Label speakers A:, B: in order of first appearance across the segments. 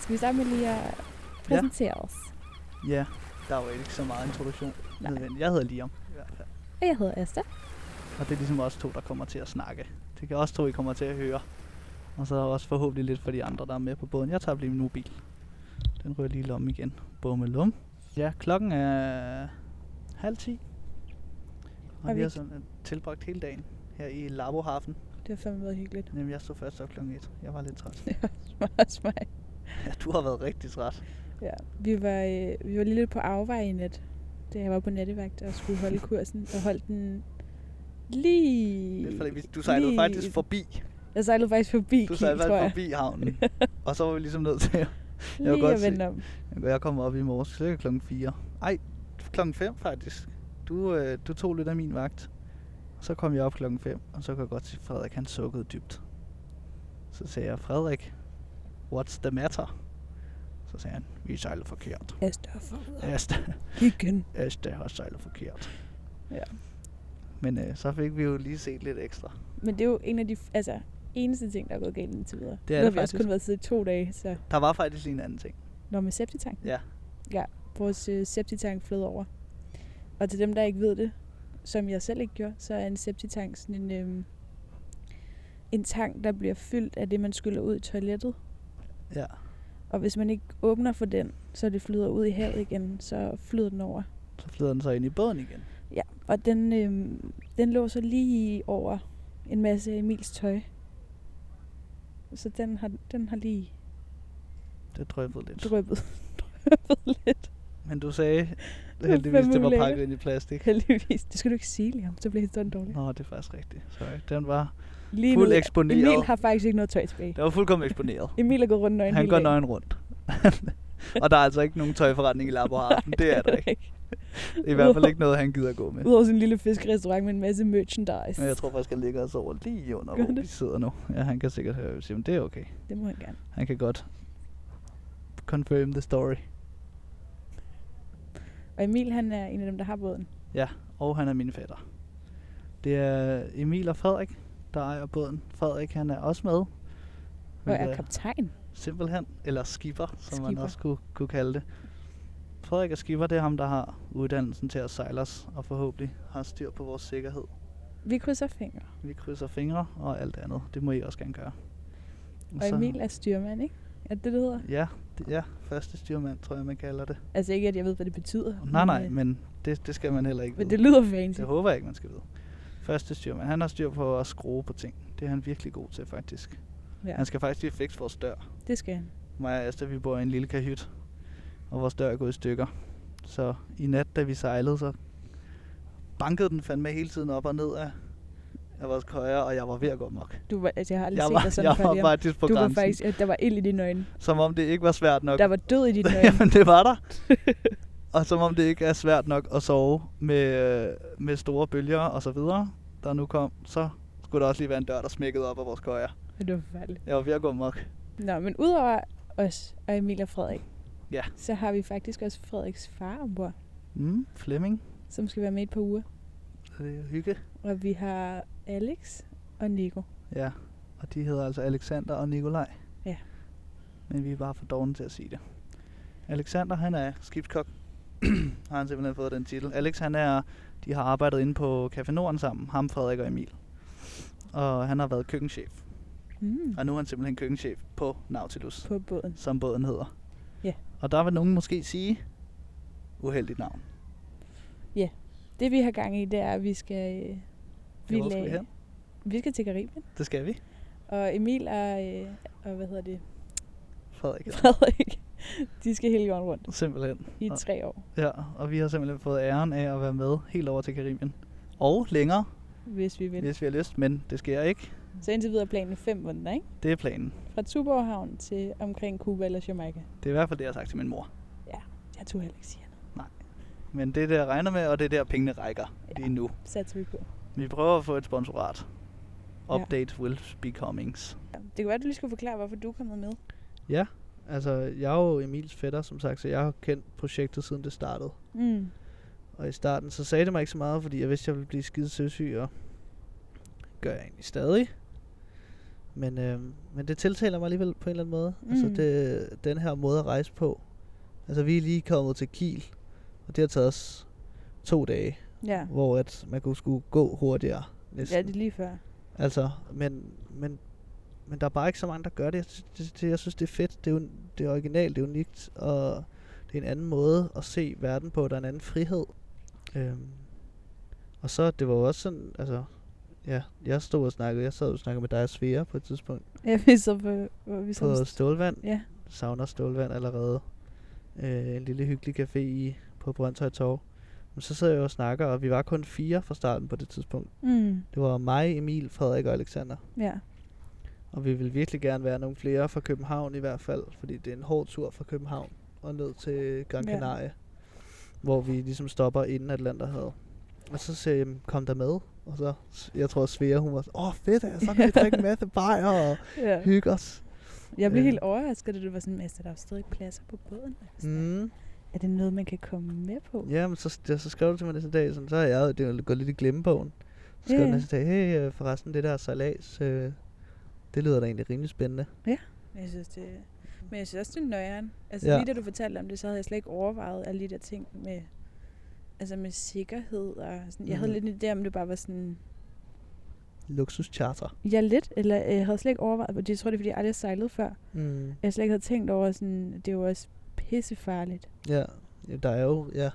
A: Skal vi starte med lige at præsentere ja. os?
B: Ja, der var ikke så meget introduktion.
A: Nej.
B: nødvendigt. Jeg hedder Liam, i hvert fald.
A: Og jeg hedder Asta.
B: og det er ligesom os to, der kommer til at snakke. Det kan også to, I kommer til at høre. Og så også forhåbentlig lidt for de andre, der er med på båden. Jeg tager lige min mobil. Den ryger lige i lommen igen. Bum med lum. Ja, klokken er halv ti. Og,
A: Og
B: vi
A: vi-
B: har sådan øh, tilbragt hele dagen her i Labohafen.
A: Det har fandme været hyggeligt.
B: Jamen, jeg stod først op klokken 1. Jeg var lidt træt.
A: Det var også- også mig.
B: Ja, du har været rigtig træt.
A: Ja. Vi var, øh, vi var lige lidt på afvej i nat, da jeg var på nattevagt og skulle holde kursen. Og holdt den lige...
B: Det er fordi, vi- du sejlede
A: lige-
B: faktisk forbi.
A: Jeg sejlede faktisk forbi
B: Du
A: Kiel,
B: sejlede
A: tror
B: faktisk
A: jeg.
B: forbi havnen. Og så var vi ligesom nødt til at Jeg kunne
A: Lige
B: godt
A: at vende
B: se-
A: om.
B: Jeg kom op i morges cirka klokken 4. Ej, klokken 5 faktisk. Du, øh, du tog lidt af min vagt. Og så kom jeg op klokken 5, og så kunne jeg godt se, at Frederik han sukkede dybt. Så sagde jeg, Frederik, what's the matter? Så sagde han, vi sejlede forkert.
A: Asta har fået op
B: Asta,
A: igen.
B: Asta har sejlet forkert.
A: Ja.
B: Men øh, så fik vi jo lige set lidt ekstra.
A: Men det er jo en af de f- altså, eneste ting, der er gået galt indtil videre.
B: Det er
A: nu har
B: det
A: vi også
B: faktisk.
A: kun været siddet i to dage, så...
B: Der var faktisk lige en anden ting.
A: Nå, med septitank?
B: Ja.
A: Ja, vores øh, septitank flød over. Og til dem, der ikke ved det, som jeg selv ikke gjorde, så er en septitank sådan en, øhm, en tank, der bliver fyldt af det, man skyller ud i toilettet.
B: Ja.
A: Og hvis man ikke åbner for den, så det flyder ud i havet igen, så flyder den over.
B: Så flyder den så ind i båden igen.
A: Og den, øhm, den lå så lige over en masse af Emils tøj. Så den har, den har lige
B: Det drøbede lidt.
A: drøbet, drøbet lidt,
B: Men du sagde,
A: var
B: heldigvis, det
A: fandme
B: var
A: ulækkert.
B: pakket ind i plastik.
A: heldigvis. Det skal du ikke sige lige om, så bliver historien dårlig.
B: Nå, det er faktisk rigtigt. Sorry. Den var,
A: Lige
B: Fuld
A: nu,
B: eksponeret.
A: Emil har faktisk ikke noget tøj tilbage.
B: den var fuldkommen eksponeret.
A: Emil er gået rundt nøgen
B: Han
A: hele
B: går
A: dagen.
B: nøgen rundt. og der er altså ikke nogen tøjforretning i Labberhavn. Det er der ikke. Det er i hvert fald ikke noget, han gider gå med.
A: Udover sin lille fiskerestaurant med en masse merchandise.
B: Men jeg tror faktisk, han ligger og sover lige under,
A: Gør
B: hvor
A: det?
B: vi sidder nu. Ja, han kan sikkert høre, hvis det er okay.
A: Det må han gerne.
B: Han kan godt confirm the story.
A: Og Emil, han er en af dem, der har båden.
B: Og han er min fætter. Det er Emil og Frederik, der ejer båden. Frederik, han er også med.
A: Og er
B: Hvilket
A: kaptajn.
B: simpelthen, eller skipper, som skipper. man
A: Skipper.
B: også kunne, kunne kalde det. Frederik er skipper, det er ham, der har uddannelsen til at sejle os, og forhåbentlig har styr på vores sikkerhed.
A: Vi krydser fingre.
B: Vi krydser fingre og alt andet. Det må I også gerne gøre.
A: Og Emil er styrmand, ikke? Er det det, det hedder?
B: Ja, det, ja, første styrmand, tror jeg, man kalder det.
A: Altså ikke, at jeg ved, hvad det betyder.
B: Nej, nej,
A: øh,
B: men det, det skal man heller ikke
A: Men
B: vide.
A: det lyder fancy.
B: Det håber jeg ikke, man skal vide. Første styrmand, han har styr på at skrue på ting. Det er han virkelig god til, faktisk.
A: Ja,
B: Han skal faktisk lige fikse vores dør.
A: det skal han.
B: Mig og Asta, vi bor i en lille kahyt, og vores dør er gået i stykker. Så i nat, da vi sejlede, så bankede den fandme hele tiden op og ned af, af vores køjer, og jeg var ved at gå mok.
A: Du var, altså, jeg har aldrig
B: Jeg
A: set dig
B: var,
A: sådan
B: jeg
A: før,
B: var
A: Liam.
B: faktisk på
A: Du var
B: grænsen,
A: faktisk, at der var ild i dine øjne.
B: som om det ikke var svært nok.
A: Der var død i dine øjne.
B: Jamen, det var der. og som om det ikke er svært nok at sove med, øh, med store bølger og så videre, der nu kom, så skulle der også lige være en dør, der smækkede op af vores køjer.
A: Det var forfærdeligt.
B: Jeg var ved at gå mok.
A: Nå, men udover os og Emil og Frederik,
B: Ja.
A: så har vi faktisk også Frederiks far ombord,
B: Mm, Flemming,
A: som skal være med et par uger.
B: det er hygge.
A: Og vi har Alex og Nico.
B: Ja, og de hedder altså Alexander og Nikolaj.
A: Ja.
B: Men vi er bare for dogne til at sige det. Alexander, han er skibskok. har han simpelthen fået den titel. Alex, han er, de har arbejdet inde på Café Norden sammen, ham, Frederik og Emil. Og han har været køkkenchef.
A: Mm.
B: Og nu er han simpelthen køkkenchef på Nautilus,
A: På båden.
B: som båden hedder.
A: Ja.
B: Og der vil nogen måske sige, uheldigt navn.
A: Det vi har gang i, det er, at vi skal... øh,
B: Ja, hvor skal vi
A: lagde-
B: hen?
A: vi skal til Karibien.
B: Det skal vi.
A: Og Emil og, øh, og hvad hedder det,
B: Frederik.
A: Frederik, de skal hele jorden rundt
B: Simpelthen.
A: i
B: Nå.
A: tre år,
B: Ja, og vi har simpelthen fået æren af at være med helt over til Karibien. Og længere,
A: hvis vi vil.
B: hvis vi har lyst, men det sker ikke.
A: Så indtil videre er planen fem måneder, ikke?
B: Det er planen.
A: Fra Tuborg Havn til omkring Cuba eller Jamaica.
B: Det er i hvert fald det, jeg har sagt til min mor.
A: Jeg tror heller ikke sige noget.
B: Men det er det, jeg regner med, og det er der, pengene rækker
A: Ja.
B: lige nu.
A: Satser vi på.
B: Vi prøver at få et sponsorat.
A: Ja.
B: Update will be comings.
A: Ja. Det kan være, at du lige skulle forklare, hvorfor du er kommet med.
C: Altså, jeg er jo Emils fætter, som sagt, så jeg har kendt projektet, siden det startede.
A: Mm.
C: Og i starten, så sagde det mig ikke så meget, fordi jeg vidste, jeg ville blive skide søsyg, og gør jeg egentlig stadig.
B: Men, øh, men det tiltaler mig alligevel på en eller anden måde. Mm. Altså
A: Mm.
B: det, den her måde at rejse på. Altså vi er lige kommet til Kiel, og det har taget os to dage,
A: Ja.
B: hvor at man kunne skulle gå hurtigere. Næsten.
A: ja, det er lige før.
B: Altså, men, men, men der er bare ikke så mange, der gør det. Jeg, sy- det, det, jeg synes, det er fedt. Det er, un, det er originalt, det er unikt, og det er en anden måde at se verden på. Der er en anden frihed. Øhm, og så, det var jo også sådan, altså, ja, jeg stod og snakkede, jeg sad og snakkede med dig og Svea på et tidspunkt
A: Ja, vi så på, hvor vi
B: på
A: så
B: Stålvand.
A: Ja,
B: Savner Stålvand allerede. Øh, en lille hyggelig café i, på Brøndshøj Torv. Men så sidder jeg jo og snakker, og vi var kun fire fra starten på det tidspunkt.
A: mm,
B: Det var mig, Emil, Frederik og Alexander.
A: ja.
B: Og vi vil virkelig gerne være nogle flere fra København i hvert fald, fordi det er en hård tur fra København og ned til Gran
A: Ja.
B: Canaria, ja. hvor vi ligesom stopper inden Atlanterhavet. Og så sagde jeg, "Jamen, kom der med. Og så, jeg tror, Svea, hun var sådan, åh oh, fedt, altså, så kan vi drikke en masse bajer og
A: ja.
B: hygge os.
A: Jeg blev
B: Øh.
A: helt overrasket, da det var sådan, at der er jo stadig pladser på båden. Mm.
B: Mm.
A: Er det noget, man kan komme med på?
B: Ja, men så, ja, så skrev du til mig næste dag, sådan, så er jeg jo- det er jo gået lidt i glemmebogen. Så skrev
A: Ja,
B: du
A: ja.
B: næste dag, hey, øh, forresten, det der sejlads, øh, det lyder da egentlig rimelig spændende.
A: Jeg synes, det... Men jeg synes også, det er nøjeren. Altså
B: Ja.
A: ja. lige da du fortalte om det, så havde jeg slet ikke overvejet alle de der ting med, altså med sikkerhed. Og sådan. Jeg havde
B: Mhm.
A: lidt en idé om, det bare var sådan...
B: Luksuscharter.
A: Ja, lidt. Eller øh, jeg havde slet ikke overvejet, og det jeg tror jeg, det er, fordi jeg aldrig har sejlet før.
B: Mm.
A: Jeg slet ikke havde tænkt over sådan, det er jo også pissefarligt.
B: Ja, ja, der er jo ja,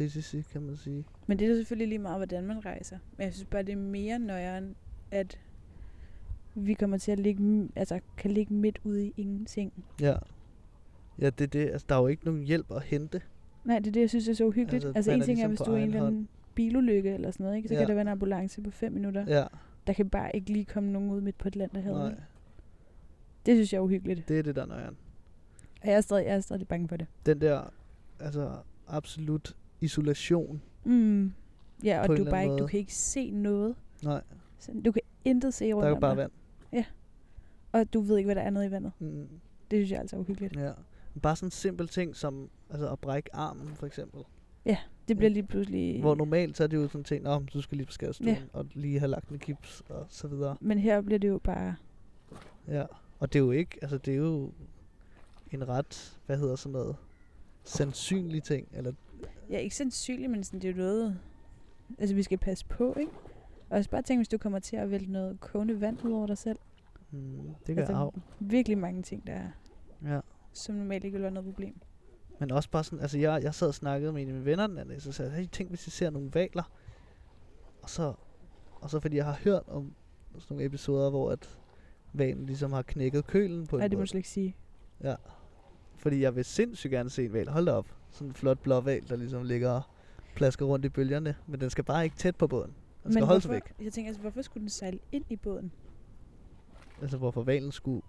B: risici, kan man sige.
A: Men det er jo selvfølgelig lige meget, hvordan man rejser. Men jeg synes bare, det er mere nøjeren, at vi kommer til at ligge, m- altså, kan ligge midt ude i ingenting.
B: Ja. Ja, det er det. Altså, der er jo ikke nogen hjælp at hente.
A: Nej, det er det, jeg synes er så uhyggeligt.
B: Altså,
A: Altså, altså
B: man
A: en
B: er
A: ting er,
B: ligesom
A: hvis
B: på
A: du er i en
B: egen
A: eller
B: hånd.
A: anden bilulykke eller sådan noget, ikke? så
B: Ja.
A: kan der være en ambulance på 5 minutter.
B: Ja,
A: Der kan bare ikke lige komme nogen ud midt på Atlanterhavet.
B: nej.
A: ikke? Det synes jeg er uhyggeligt.
B: Det er det, der er nøjeren.
A: Og jeg er stadig, jeg er stadig bange for det.
B: Den der, altså, absolut isolation.
A: Mm. Ja, og
B: På en
A: du,
B: eller
A: bare
B: anden
A: ikke, du
B: måde.
A: kan ikke se noget.
B: Nej,
A: Sådan, du kan intet se rundt
B: der er
A: om
B: jo bare
A: dig.
B: vand.
A: Og du ved ikke, hvad der er nede i vandet.
B: Mm,
A: Det synes jeg altså er uhyggeligt.
B: ja. Men Bare sådan en simpel ting som altså, at brække armen, for eksempel.
A: Det bliver lige pludselig...
B: Hvor normalt så er det jo sådan en ting, om du skal lige på skadestuen,
A: Ja.
B: og lige have lagt en gips, og så videre.
A: Men her bliver det jo bare...
B: Ja, og det er jo ikke, altså det er jo en ret, hvad hedder sådan noget, sandsynlig ting, eller
A: Ja, ikke sandsynligt, men sådan, det er jo noget... Altså, vi skal passe på, ikke? Og også bare tænk, hvis du kommer til at vælte noget kogende vand ud over dig selv.
B: mm, det gør
A: Altså,
B: af.
A: Virkelig mange ting, der er,
B: Ja.
A: som normalt ikke ville være noget problem.
B: Men også bare sådan, altså jeg, jeg sad og snakkede med en af mine venner den anden dag, så sagde jeg, hey, tænk hvis jeg ser nogle valer. Og så, og så fordi jeg har hørt om sådan nogle episoder, hvor at valen ligesom har knækket kølen på en
A: Nej, det må
B: måde.
A: du slet ikke sige.
B: Fordi jeg vil sindssygt gerne se en val. Hold da op. Sådan en flot blå val, der ligesom ligger og plasker rundt i bølgerne. Men den skal bare ikke tæt på båden. Den skal holde sig væk.
A: hvorfor, jeg tænker, altså, hvorfor skulle den sejle ind i båden?
B: Altså hvorfor valen skulle...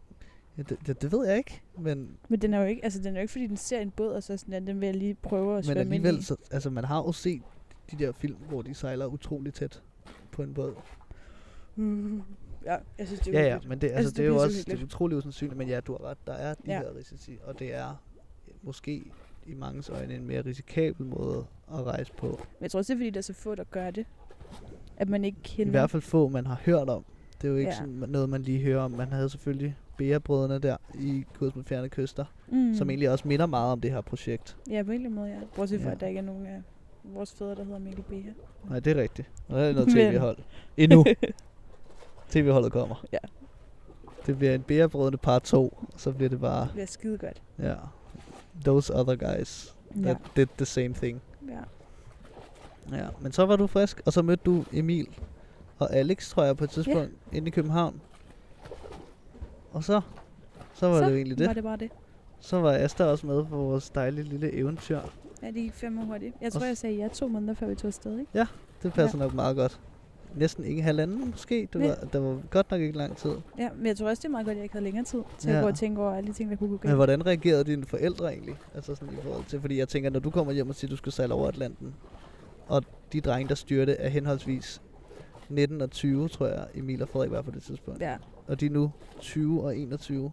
B: Ja, det, det, det, ved jeg ikke, men,
A: Men den er jo ikke, altså, den er jo ikke fordi den ser en båd, og så er sådan, at den vil jeg lige prøve at
B: men
A: svømme ind i.
B: alligevel, så, altså man har jo set de der film, hvor de sejler utrolig tæt på en båd.
A: Mm. Ja, jeg synes, det er
B: Ja, ja,
A: uhyggeligt.
B: men det, altså,
A: Altså,
B: altså,
A: det
B: det, er jo
A: bliver så
B: også det er
A: hyggeligt.
B: utroligt usandsynligt, men ja, du har ret, der er de
A: Ja.
B: her risici, og det er måske i manges øjne en mere risikabel måde at rejse på.
A: Men jeg tror også, det er fordi, der er så få, der gør det. At man ikke
B: I
A: kender...
B: hvert fald få, man har hørt om. Det er jo ikke
A: Ja.
B: ja. sådan noget, man lige hører om. Man havde selvfølgelig Bea-brødrene der i Kurs mod Fjerne Kyster,
A: mm.
B: mm. som egentlig også minder meget om det her projekt.
A: Ja, på en eller anden måde, ja. Bortset fra,
B: Ja.
A: at der ikke er nogen af vores fædre, der hedder Mikkel Beha.
B: Nej, det er rigtigt. Og der er noget
A: Men-
B: tv-hold. Endnu. tv-holdet kommer.
A: Ja.
B: Det bliver en Bea-brødrene par 2, og så bliver det bare,
A: Det bliver skide godt.
B: ja, those other guys
A: Ja.
B: that did the same thing.
A: ja.
B: Ja, men så var du frisk, og så mødte du Emil og Alex, tror jeg, på et tidspunkt, ja. inde i København. Og så, så var
A: så
B: så det jo egentlig
A: var
B: det.
A: det bare det.
B: Så var Asta også med på vores dejlige lille eventyr.
A: Ja, det gik fem år hurtigt. Jeg tror,
B: Og s-
A: jeg sagde ja to måneder, før vi tog afsted, ikke?
B: Det passer ja. nok meget godt. Næsten ikke halvanden måske. Det
A: Ja.
B: var, der var godt nok ikke lang tid.
A: Ja, men jeg tror også, det er meget godt, at jeg ikke havde længere tid til
B: Ja.
A: at gå og tænke over alle de ting, der kunne gå
B: Men
A: galt.
B: hvordan reagerede dine forældre egentlig? Altså sådan i forhold til, fordi jeg tænker, når du kommer hjem og siger, at du skal sejle over Atlanten, og de drenge, der styrte, er henholdsvis 19 og 20, tror jeg, Emil og Frederik var på det tidspunkt.
A: Ja,
B: Og de er nu 20 og 21.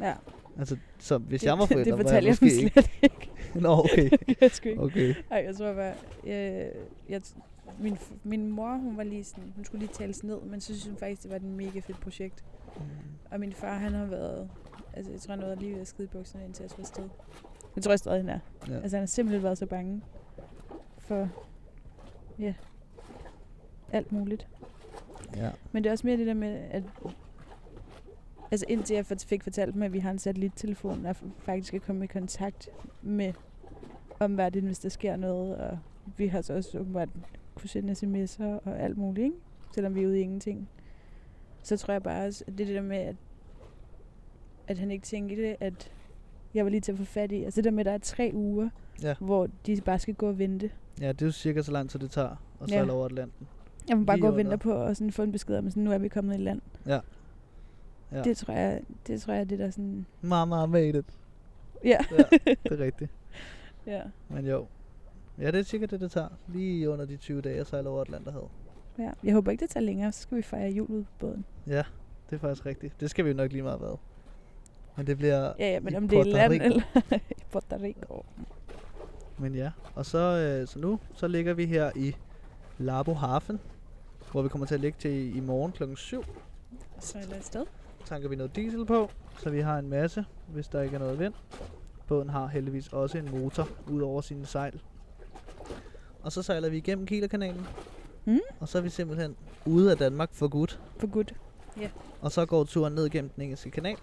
A: ja.
B: Altså, så hvis det, jeg var
A: det,
B: forælder,
A: det
B: var jeg
A: fortalte jeg
B: måske
A: dem
B: ikke...
A: slet ikke.
B: Nå, okay.
A: jeg skulle ikke.
B: okay.
A: Ej, jeg tror bare, jeg, jeg, min, f- min mor, hun var lige sådan, hun skulle lige tales ned, men så synes hun faktisk, det var et mega fedt projekt. Og min far, han har været... Altså, jeg tror, han har været lige ved at skide i bukserne, indtil jeg skulle afsted. Det tror jeg stadig, han er.
B: Ja.
A: Altså, han har simpelthen været så bange for... Ja. Alt muligt.
B: ja.
A: Men det er også mere det der med, at... Altså, indtil jeg fort- fik fortalt dem, at vi har en satellittelefon, og faktisk kan komme i kontakt med omverdenen, hvis der sker noget. Og vi har så også åbenbart kunne sende sms'er og alt muligt, ikke? Selvom vi er ude i ingenting. Så tror jeg bare også, at det er det der med, at, at han ikke tænkte det, at jeg var lige til at få fat i. Altså det der med, at der er tre uger,
B: Ja.
A: hvor de bare skal gå og vente.
B: ja, det er jo cirka så lang tid, det tager at
A: Ja.
B: sejle over Atlanten.
A: Jeg må bare
B: Lige
A: gå og
B: under.
A: vente på og sådan få en besked om, sådan, nu er vi kommet i land.
B: Ja. Ja.
A: Det tror jeg, det tror jeg, er det der sådan...
B: Mama I made it.
A: Ja.
B: Ja, det er rigtigt.
A: ja.
B: Men jo. Ja, det er cirka det, det tager. Lige under de 20 dage at sejle over Atlanterhavet.
A: ja. Jeg håber ikke, det tager længere, så skal vi fejre jul ud på båden.
B: Det er faktisk rigtigt. Det skal vi jo nok lige meget hvad. Men det bliver...
A: Ja, ja, men
B: I
A: om det er i
B: Puerto
A: land
B: Rico.
A: eller i Puerto Rico.
B: Men ja, og så, øh, så nu så ligger vi her i Labo Hafen, hvor vi kommer til at ligge til i morgen klokken 7.
A: Så er jeg afsted.
B: tanker vi noget diesel på, så vi har en masse, hvis der ikke er noget vind. Båden har heldigvis også en motor ud over sine sejl. Og så sejler vi igennem Kielerkanalen.
A: Mm.
B: Og så er vi simpelthen ude af Danmark for godt.
A: For godt.
B: Og så går turen ned gennem den engelske kanal,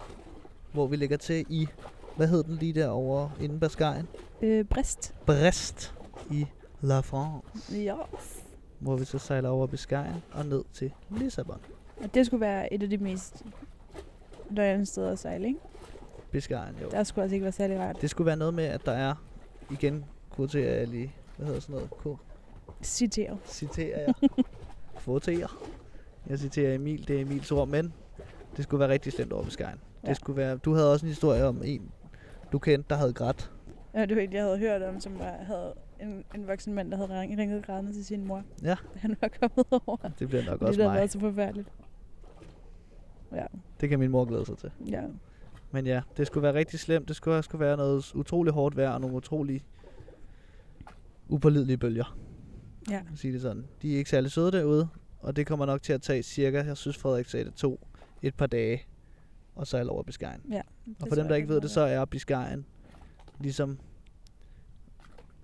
B: hvor vi ligger til i, hvad hed den lige derovre inden Baskajen?
A: Øh, Brist.
B: Brest i La France,
A: Ja.
B: hvor vi så sejler over Baskajen og ned til Lissabon.
A: Og det skulle være et af de mest nøjende steder at sejle, ikke?
B: Baskajen, jo.
A: Der skulle altså ikke være særlig rart.
B: Det skulle være noget med, at der er, igen, kvoterer jeg lige, hvad hedder sådan noget, K
A: Citeret.
B: citerer jeg. Kvoterer. Jeg citerer Emil, det er Emils ord, men det skulle være rigtig slemt over ved Skyen. Ja.
A: Ja.
B: Det skulle være, du havde også en historie om en, du kendte, der havde grædt.
A: Ja, det var en, jeg havde hørt om, som var, havde en, en voksen mand, der havde ring- ringet grædende til sin mor.
B: Ja.
A: da Han var kommet over.
B: Det bliver nok
A: det
B: også
A: der
B: mig.
A: var så forfærdeligt.
B: Det kan min mor glæde sig til.
A: Ja.
B: Men ja, det skulle være rigtig slemt. Det skulle, skulle være noget utrolig hårdt vejr og nogle utrolig upålidelige bølger.
A: Ja.
B: at sige det sådan. De er ikke særlig søde derude, og det kommer nok til at tage cirka, jeg synes Frederik sagde det, to, et par dage, og sejle over Biscayen. Og for dem, der ikke ved det, så er Biscayen ligesom...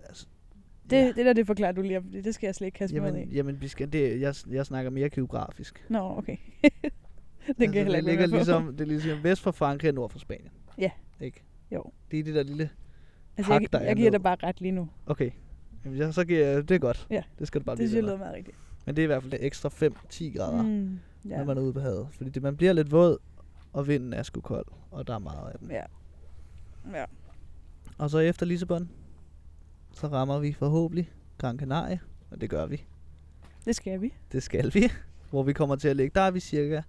B: Altså,
A: Det, ja. det der, det forklarer du lige om, det det skal jeg slet ikke kaste mig ud
B: jamen,
A: i.
B: jamen Biscayen, det, er- jeg, jeg snakker mere geografisk.
A: Nå, okay. den kan jeg heller ikke
B: det
A: være
B: ligger
A: med på.
B: ligesom, det er ligesom vest for Frankrig og nord for Spanien.
A: Ja.
B: Ikke?
A: Jo.
B: Det er det der lille...
A: Altså, jeg,
B: hak, der er
A: jeg giver
B: ned.
A: dig bare ret lige nu.
B: Okay. Jamen, jeg, så giver jeg... Det er godt.
A: Ja.
B: Det skal du bare
A: det
B: blive
A: synes jeg
B: ved med.
A: lyder meget rigtigt.
B: Men det er i hvert fald ekstra 5-10 grader, mm.
A: Mm, ja.
B: når man er ude på havet. Fordi det, man bliver lidt våd, og vinden er sgu kold. Og der er meget af den.
A: ja. Ja.
B: Og så efter Lissabon, så rammer vi forhåbentlig Gran Canaria. Og det gør vi.
A: Det skal vi.
B: Det skal vi. Hvor vi kommer til at ligge. Der er vi cirka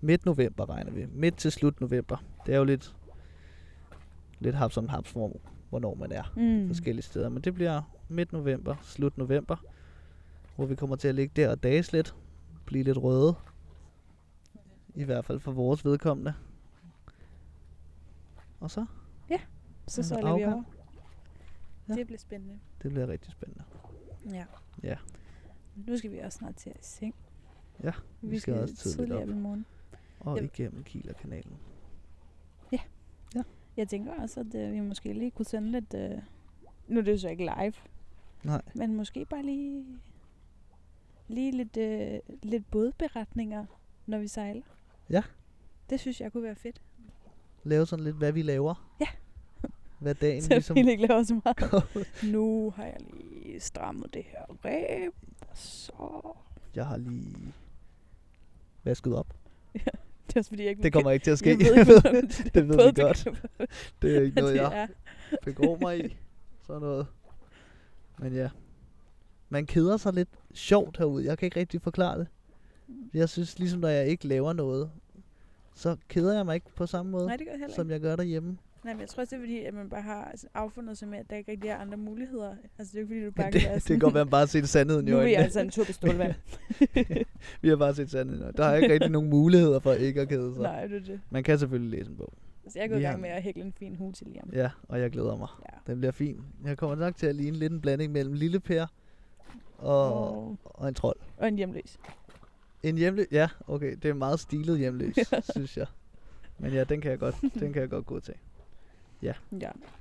B: midt november, regner vi. Midt til slut november. Det er jo lidt, lidt haps om haps, hvor, hvornår man er
A: Mm.
B: mm. forskellige steder. Men det bliver midt november, slut november. Hvor vi kommer til at ligge der og dages lidt. Blive lidt røde. I hvert fald for vores vedkommende. Og så,
A: Så
B: Altså,
A: sejler vi
B: afgang.
A: over.
B: Ja.
A: Det bliver spændende.
B: det bliver rigtig spændende.
A: Ja.
B: Ja.
A: Nu skal vi også snart til at i seng.
B: Ja, vi skal også tidligt op.
A: op i morgen.
B: Og
A: Jamen.
B: igennem Kielerkanalen.
A: Jeg tænker også, at øh, vi måske lige kunne sende lidt... Øh, nu er det jo så ikke live.
B: Nej.
A: Men måske bare lige... Lige lidt, øh, lidt bådberetninger, når vi sejler.
B: Ja.
A: Det synes jeg kunne være fedt.
B: Lave sådan lidt, hvad vi laver.
A: Ja.
B: Hvad dagen
A: Så
B: ligesom
A: ligesom... vi ikke laver så meget. nu har jeg lige strammet det her ræb, og så...
B: Jeg har lige vasket op.
A: Det er også fordi, jeg ikke
B: Det kommer ikke til at ske.
A: Jeg ved ikke, hvordan
B: det ved vi godt.
A: bådbegreb-
B: Det er ikke noget,
A: det
B: jeg
A: er.
B: begår mig i. Sådan noget. Men ja. Man keder sig lidt sjovt herude. Jeg kan ikke rigtig forklare det. Jeg synes, ligesom når jeg ikke laver noget, så keder jeg mig ikke på samme måde,
A: Nej, det gør jeg heller
B: som jeg gør derhjemme.
A: Nej, men jeg tror også, det er fordi, at man bare har altså, affundet sig med, at der ikke rigtig er andre muligheder. Altså, det er jo ikke fordi, du bare
B: Men det,
A: kan være
B: det kan godt være, at man bare har set sandheden i
A: Nu er jeg
B: øjnene.
A: altså en tur på stålvand.
B: Vi har bare set sandheden i øjnene. Der er ikke rigtig nogen muligheder for ikke at kede sig.
A: Nej, det er det.
B: Man kan selvfølgelig læse en bog.
A: Altså, jeg er gået i
B: Vi
A: gang
B: har-
A: med at hækle en fin hue til Liam.
B: Ja, og jeg glæder mig.
A: Ja.
B: Den bliver fin. Jeg kommer nok til at ligne lidt en blanding mellem Lille Per og,
A: Og,
B: og en trold.
A: og en hjemløs.
B: En hjemløs? Ja, okay. Det er meget stilet hjemløs, synes jeg. Men ja, den kan jeg godt, den kan jeg godt gå til.
A: Ja.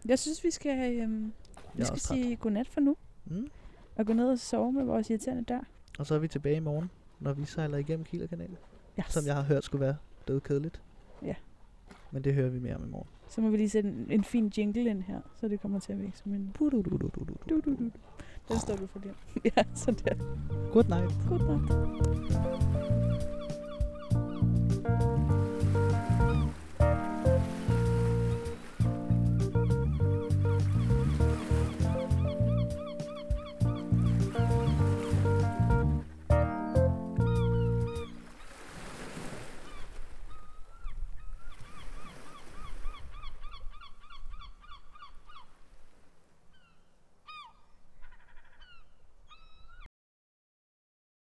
A: Jeg synes, vi skal, øhm,
B: Jeg
A: vi
B: er
A: skal
B: også træt.
A: sige godnat for nu.
B: Mm.
A: Og gå ned og sove med vores irriterende dør.
B: Og så er vi tilbage i morgen, når vi sejler igennem Kielerkanalen.
A: Yes.
B: Som jeg har hørt skulle være dødkedeligt.
A: Ja.
B: Men det hører vi mere om i morgen.
A: Så må vi lige sætte en, en fin jingle ind her, så det kommer til at virke som en... Du, du, du. Den står du for der. ja, sådan der.
B: Good night.
A: Godt nok.